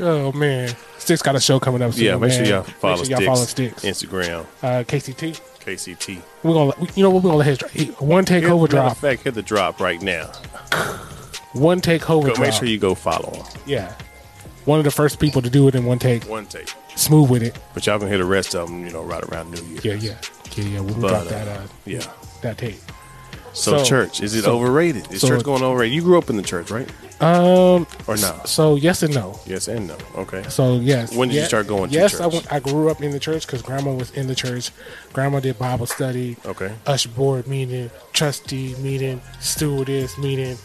Speaker 1: oh man, Sticks got a show coming up. Soon,
Speaker 3: yeah, make sure
Speaker 1: man.
Speaker 3: y'all follow
Speaker 1: Make sure
Speaker 3: Sticks.
Speaker 1: y'all follow Sticks.
Speaker 3: Instagram,
Speaker 1: Uh, KCT.
Speaker 3: KCT.
Speaker 1: We're gonna, let- we, you know what? We're gonna let his dro- he- one take
Speaker 3: Matter
Speaker 1: over
Speaker 3: of
Speaker 1: drop.
Speaker 3: fact, hit the drop right now.
Speaker 1: One take over
Speaker 3: Go,
Speaker 1: drop.
Speaker 3: make sure you go follow him.
Speaker 1: yeah. One of the first people to do it in one take.
Speaker 3: One take.
Speaker 1: Smooth with it.
Speaker 3: But y'all can hear the rest of them, you know, right around New Year.
Speaker 1: Yeah, yeah, yeah, yeah. We
Speaker 3: But,
Speaker 1: got that
Speaker 3: uh,
Speaker 1: uh,
Speaker 3: yeah.
Speaker 1: that tape.
Speaker 3: So,
Speaker 1: So-
Speaker 3: church, is it
Speaker 1: so-
Speaker 3: overrated? Is
Speaker 1: so-
Speaker 3: church going overrated? You grew up in the church, right?
Speaker 1: Um,
Speaker 3: Or no?
Speaker 1: so yes and no.
Speaker 3: Yes and no. Okay.
Speaker 1: So yes.
Speaker 3: When did you
Speaker 1: Ye-
Speaker 3: start going to
Speaker 1: Yes, I
Speaker 3: church?
Speaker 1: went. I grew up in the church because grandma was in the church. Grandma did Bible study.
Speaker 3: Okay.
Speaker 1: Usher board meeting, trustee meeting, stewardess meeting,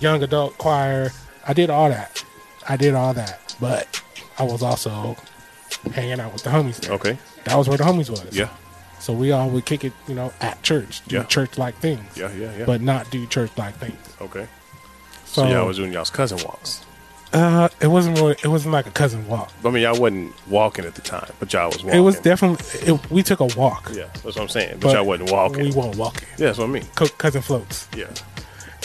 Speaker 1: young adult choir. I did all that. I did all that, but I was also hanging out with the homies. There.
Speaker 3: Okay.
Speaker 1: That was where the homies was.
Speaker 3: Yeah.
Speaker 1: So we all would kick it, you know, at church, do
Speaker 3: Yeah.
Speaker 1: church like things.
Speaker 3: Yeah, yeah, yeah.
Speaker 1: But not do church like things.
Speaker 3: Okay.
Speaker 1: So,
Speaker 3: So, y'all was doing y'all's cousin walks.
Speaker 1: uh, it wasn't really, it wasn't like a cousin walk.
Speaker 3: I mean, y'all wasn't walking at the time, but y'all was walking.
Speaker 1: It was definitely it, we took a walk.
Speaker 3: Yeah, that's what I'm saying. But, y'all wasn't walking.
Speaker 1: We weren't walking.
Speaker 3: yeah, that's what I mean.
Speaker 1: Co- cousin floats.
Speaker 3: Yeah.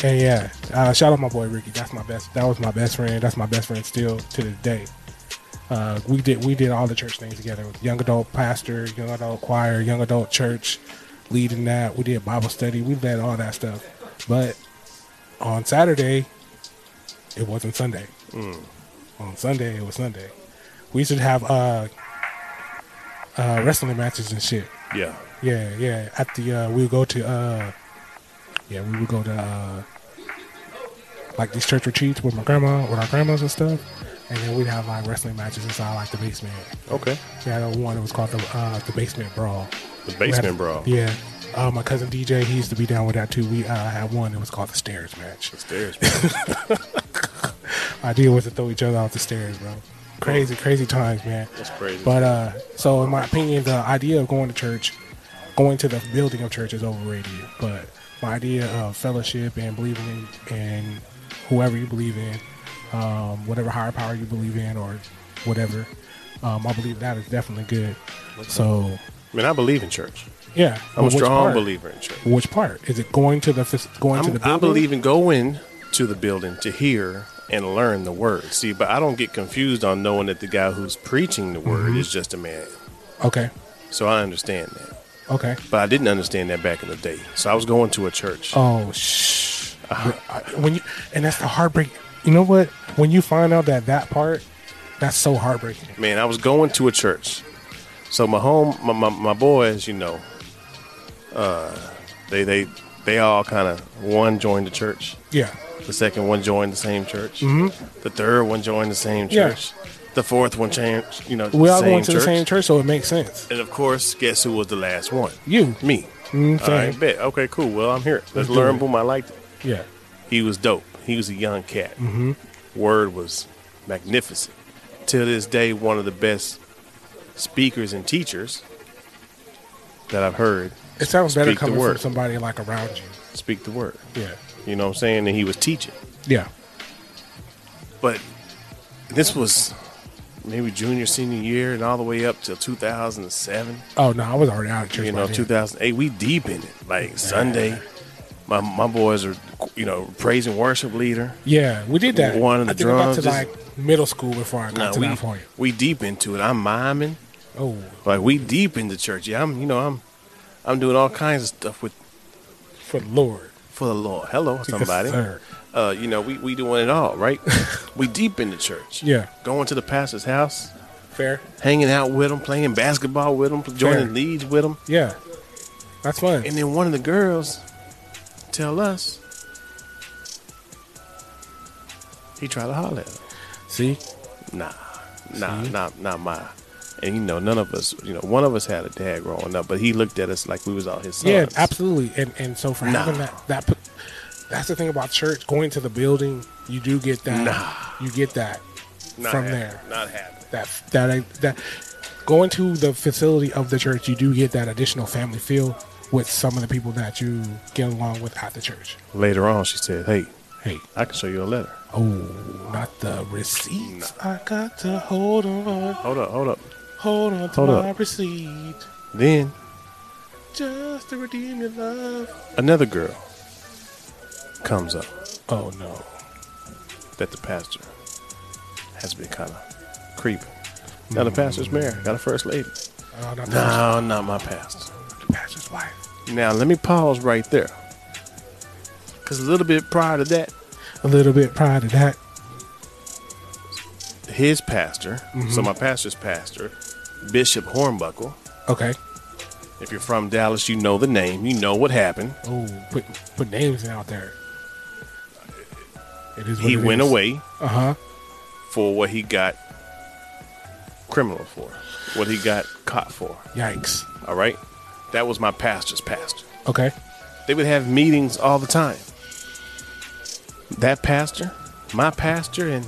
Speaker 1: And yeah, uh, shout out my boy Ricky. That's my best. That was my best friend. That's my best friend still to this day. Uh, we did we did all the church things together. Young adult pastor, young adult choir, young adult church, leading that. We did Bible study. We led all that stuff. But on Saturday, it wasn't Sunday.
Speaker 3: Hmm.
Speaker 1: On Sunday, it was Sunday. We used to have uh, uh, wrestling matches and shit.
Speaker 3: Yeah.
Speaker 1: Yeah, yeah. At the uh, we would go to uh, yeah, we would go to uh, like these church retreats with my grandma, with our grandmas and stuff, and then we'd have like wrestling matches inside like the basement.
Speaker 3: Okay.
Speaker 1: We had a one that was called the uh, the basement brawl.
Speaker 3: The
Speaker 1: We had-
Speaker 3: basement brawl.
Speaker 1: Yeah. Uh, my cousin DJ, he used to be down with that too. We uh, had one that was called the stairs match.
Speaker 3: The stairs. bro.
Speaker 1: idea was to throw each other off the stairs, bro. Crazy, crazy times, man.
Speaker 3: That's crazy.
Speaker 1: But uh, so in my opinion, the idea of going to church, going to the building of church is overrated. But my idea of fellowship and believing in, in whoever you believe in, um, whatever higher power you believe in, or whatever, um, I believe that is definitely good. So
Speaker 3: I mean, I believe in church.
Speaker 1: yeah,
Speaker 3: I'm a
Speaker 1: Which
Speaker 3: strong
Speaker 1: part?
Speaker 3: believer in church.
Speaker 1: Which part is it going to the fac- going to
Speaker 3: I'm,
Speaker 1: the
Speaker 3: I
Speaker 1: building?
Speaker 3: believe in going to the building to hear and learn the word. See, but I don't get confused on knowing that the guy who's preaching the word
Speaker 1: Mm-hmm.
Speaker 3: is just a man.
Speaker 1: Okay,
Speaker 3: So I understand that.
Speaker 1: okay.
Speaker 3: But I didn't understand that back in the day. So I was going to a church.
Speaker 1: Oh shh. I- When you and that's the heartbreak. You know what? When you find out that that part, that's so heartbreaking.
Speaker 3: Man, I was going to a church. So my home, my, my, my boys, you know, uh, they they they all kind of one joined the church.
Speaker 1: Yeah.
Speaker 3: The second one joined the same church. The third one joined the same
Speaker 1: Mm-hmm. Yeah.
Speaker 3: church. The fourth one changed, you know,
Speaker 1: We all
Speaker 3: same
Speaker 1: going to
Speaker 3: church.
Speaker 1: the same church, so it makes sense.
Speaker 3: And of course, guess who was the last one?
Speaker 1: You.
Speaker 3: Me.
Speaker 1: Mm,
Speaker 3: All right,
Speaker 1: same.
Speaker 3: bet. Okay, cool. Well, I'm here. Let's
Speaker 1: do
Speaker 3: learn.
Speaker 1: it.
Speaker 3: Boom, I liked it.
Speaker 1: Yeah.
Speaker 3: He was dope. He was a young cat. Mm-hmm. Word was magnificent. To this day, one of the best speakers and teachers that I've heard
Speaker 1: It sounds better
Speaker 3: Speak the
Speaker 1: coming from
Speaker 3: word.
Speaker 1: somebody like around you.
Speaker 3: speak the word.
Speaker 1: Yeah.
Speaker 3: You know what I'm saying? And he was teaching.
Speaker 1: Yeah.
Speaker 3: But this was maybe junior, senior year, and all the way up till 2007.
Speaker 1: Oh no, I was already out of church.
Speaker 3: you
Speaker 1: by
Speaker 3: know,
Speaker 1: then.
Speaker 3: 2008. We deep in it. Like Sunday, my my boys are, you know, praising worship leader.
Speaker 1: Yeah, we did that.
Speaker 3: One of the
Speaker 1: I think I got
Speaker 3: drums,
Speaker 1: to
Speaker 3: just-
Speaker 1: like middle school before I got
Speaker 3: Nah,
Speaker 1: to
Speaker 3: we
Speaker 1: that point.
Speaker 3: we deep into it. I'm miming.
Speaker 1: Oh,
Speaker 3: Like we deep in the church. Yeah, I'm. You know, I'm. I'm doing all kinds of stuff with
Speaker 1: for the Lord.
Speaker 3: for the Lord. Hello,
Speaker 1: Yes,
Speaker 3: somebody.
Speaker 1: sir.
Speaker 3: Uh, you know, we we doing it all right. we deep in the church.
Speaker 1: Yeah.
Speaker 3: going to the pastor's house,
Speaker 1: Fair.
Speaker 3: hanging out with him, playing basketball with him, joining
Speaker 1: Fair.
Speaker 3: leagues with him.
Speaker 1: Yeah. That's fun.
Speaker 3: And then one of the girls tell us he tried to holler at her.
Speaker 1: See?
Speaker 3: Nah, nah, nah, not my. And you know, none of us, you know, one of us had a dad growing up, but he looked at us like we was all his sons.
Speaker 1: Yeah, absolutely. And and so for
Speaker 3: Nah.
Speaker 1: having that that put, that's the thing about church going to the building. You do get that.
Speaker 3: Nah.
Speaker 1: You get that
Speaker 3: Not
Speaker 1: from
Speaker 3: happening,
Speaker 1: there.
Speaker 3: Not happening.
Speaker 1: That that that going to the facility of the church, you do get that additional family feel with some of the people that you get along with at the church.
Speaker 3: Later on, she said, "Hey,
Speaker 1: Hey,
Speaker 3: I can show you a letter."
Speaker 1: oh, not the receipts. I got to hold on,
Speaker 3: Hold up, hold up.
Speaker 1: hold on to
Speaker 3: Hold
Speaker 1: my
Speaker 3: up.
Speaker 1: receipt,
Speaker 3: Then
Speaker 1: just to redeem your love.
Speaker 3: another girl comes up
Speaker 1: Oh no,
Speaker 3: that the pastor has been kind of creeping. Now the pastor's married, got a first lady.
Speaker 1: oh, Mm. not the
Speaker 3: No, not my pastor.
Speaker 1: pastor's wife.
Speaker 3: Now let me pause right there, cause a little bit prior to that,
Speaker 1: a little bit prior to that.
Speaker 3: his pastor,
Speaker 1: Mm-hmm.
Speaker 3: so my pastor's pastor, Bishop Hornbuckle.
Speaker 1: Okay.
Speaker 3: If you're from Dallas, you know the name. You know what happened.
Speaker 1: Oh, put put names out there. It is what
Speaker 3: he
Speaker 1: it
Speaker 3: went
Speaker 1: is.
Speaker 3: away
Speaker 1: Uh huh.
Speaker 3: for what he got criminal for, what he got caught for.
Speaker 1: Yikes.
Speaker 3: All right, that was my pastor's pastor.
Speaker 1: Okay.
Speaker 3: They would have meetings all the time. That pastor, my pastor, and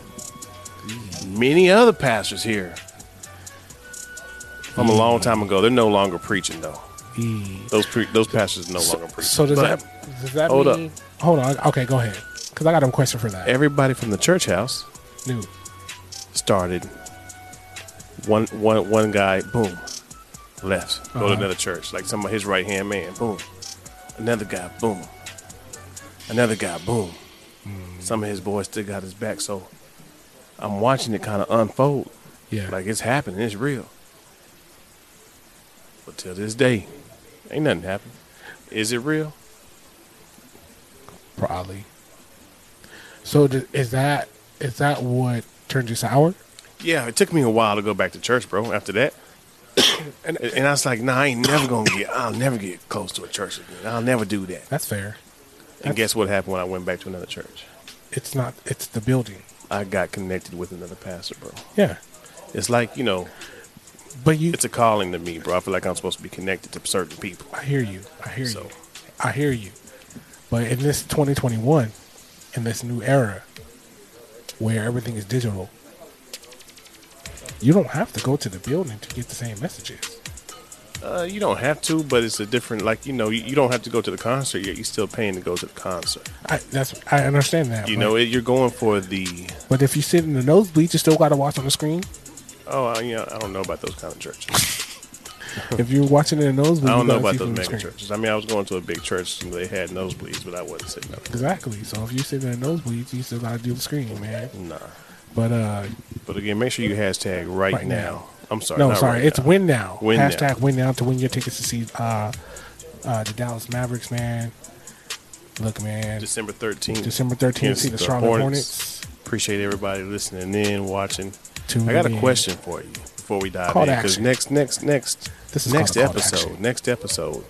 Speaker 3: many other pastors here from a long time ago. They're no longer preaching though. Those pre- those pastors no longer preaching.
Speaker 1: So does
Speaker 3: But
Speaker 1: that does that
Speaker 3: hold up. Eh.
Speaker 1: mean? Hold on. Okay, go ahead. Because I got a question for that.
Speaker 3: everybody from the church house
Speaker 1: New.
Speaker 3: started. One one one guy, boom, left. Go
Speaker 1: Uh-huh.
Speaker 3: to another church. Like some of his right hand man, boom. Another guy, boom. Another guy, boom.
Speaker 1: Mm.
Speaker 3: Some of his boys still got his back, so I'm watching it kind of unfold.
Speaker 1: Yeah.
Speaker 3: Like it's happening, it's real. But till this day, ain't nothing happened. Is it real?
Speaker 1: probably. So d- is that is that what turned you sour?
Speaker 3: Yeah, it took me a while to go back to church, bro. After that, and, and I was like, "Nah, I ain't never gonna get. I'll never get close to a church again. I'll never do that."
Speaker 1: That's fair.
Speaker 3: And guess what happened when I went back to another church?
Speaker 1: It's not. It's the building.
Speaker 3: I got connected with another pastor, bro.
Speaker 1: Yeah.
Speaker 3: It's like you know,
Speaker 1: But you.
Speaker 3: it's a calling to me, bro. I feel like I'm supposed to be connected to certain people.
Speaker 1: I hear you. I hear
Speaker 3: So-
Speaker 1: you. I hear you. But in this 2021, in this new era where everything is digital, you don't have to go to the building to get the same messages.
Speaker 3: Uh, you don't have to, but it's a different. Like you know, you, you don't have to go to the concert yet. You're still paying to go to the concert.
Speaker 1: I that's I understand that.
Speaker 3: You
Speaker 1: but,
Speaker 3: know, it, you're going for the.
Speaker 1: but if you sit in the nosebleed, you still got to watch on the screen.
Speaker 3: Oh, I, you know, I don't know about those kind of churches.
Speaker 1: if you're watching in the nosebleed,
Speaker 3: I don't
Speaker 1: you gotta
Speaker 3: know about
Speaker 1: see
Speaker 3: those
Speaker 1: from the
Speaker 3: mega
Speaker 1: screen.
Speaker 3: churches. I mean, I was going to a big church and they had nosebleeds, but I wasn't sitting up.
Speaker 1: Exactly. So if you sit in the nosebleed, you still got to do the screen, man.
Speaker 3: Nah.
Speaker 1: But uh,
Speaker 3: But again, make sure you hashtag right,
Speaker 1: Right
Speaker 3: now.
Speaker 1: now.
Speaker 3: I'm sorry.
Speaker 1: no,
Speaker 3: not
Speaker 1: sorry,
Speaker 3: right
Speaker 1: it's
Speaker 3: now.
Speaker 1: win now.
Speaker 3: Win now.
Speaker 1: Hashtag win now to win your tickets to see uh, uh, the Dallas Mavericks, man. Look, man,
Speaker 3: December 13th.
Speaker 1: December thirteenth,
Speaker 3: against
Speaker 1: see the Charlotte Hornets.
Speaker 3: Appreciate everybody listening in, watching.
Speaker 1: Tune
Speaker 3: I got a
Speaker 1: in.
Speaker 3: question for you before we dive
Speaker 1: Call
Speaker 3: in
Speaker 1: to
Speaker 3: because
Speaker 1: action.
Speaker 3: next, next, next,
Speaker 1: This is
Speaker 3: next
Speaker 1: called a call to
Speaker 3: episode,
Speaker 1: action.
Speaker 3: next episode.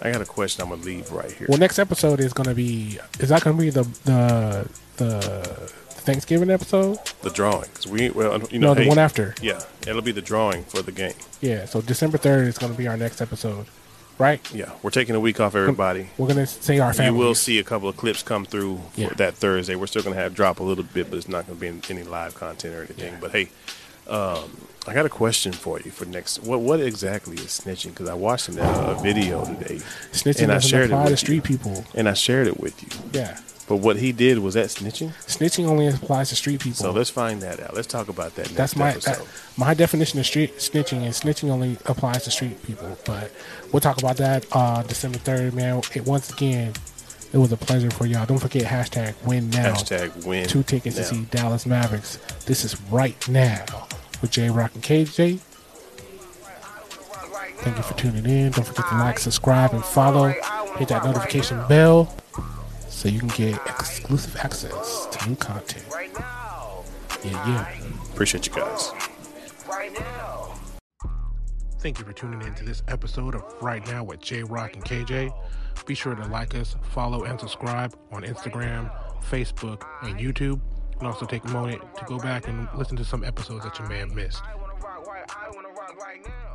Speaker 3: I got a question. I'm gonna leave right here.
Speaker 1: Well, next episode is gonna be is that gonna be the the the Thanksgiving episode?
Speaker 3: the drawing because we well you
Speaker 1: No,
Speaker 3: know
Speaker 1: the
Speaker 3: hey,
Speaker 1: one after.
Speaker 3: yeah it'll be the drawing for the game.
Speaker 1: Yeah, so December third is gonna be our next episode, right?
Speaker 3: Yeah, we're taking a week off, everybody.
Speaker 1: We're gonna say our
Speaker 3: You
Speaker 1: family.
Speaker 3: will see a couple of clips come through for
Speaker 1: Yeah.
Speaker 3: that Thursday. We're still going to have drop a little bit, but it's not going to be in- any live content or anything. But hey, um, I got a question for you for next. What what exactly is snitching? Because I watched an- a video today,
Speaker 1: snitching
Speaker 3: and I
Speaker 1: doesn't
Speaker 3: shared it
Speaker 1: apply
Speaker 3: with
Speaker 1: to
Speaker 3: you.
Speaker 1: street people.
Speaker 3: and I shared it with you.
Speaker 1: Yeah,
Speaker 3: But what he did was that snitching.
Speaker 1: snitching only applies to street people.
Speaker 3: So let's find that out. Let's talk about that. Next
Speaker 1: That's my that,
Speaker 3: episode.
Speaker 1: my definition of street snitching, and snitching only applies to street people. But we'll talk about that uh, December third, man. It, once again, it was a pleasure for y'all. Don't forget hashtag win now.
Speaker 3: hashtag win
Speaker 1: Two tickets
Speaker 3: now.
Speaker 1: to see Dallas Mavericks. This is right now with J Rock and KJ. Thank you for tuning in. Don't forget to like, subscribe, and follow. Hit that notification bell so you can get exclusive access to new content.
Speaker 2: Right now.
Speaker 1: Yeah, yeah.
Speaker 3: Appreciate you guys.
Speaker 2: Right now.
Speaker 1: Thank you for tuning in to this episode of Right Now with J Rock and KJ. Be sure to like us, follow, and subscribe on Instagram, Facebook, and YouTube. And also take a moment to go back and listen to some episodes that you may have missed.
Speaker 2: I wanna rock right. I wanna rock right now.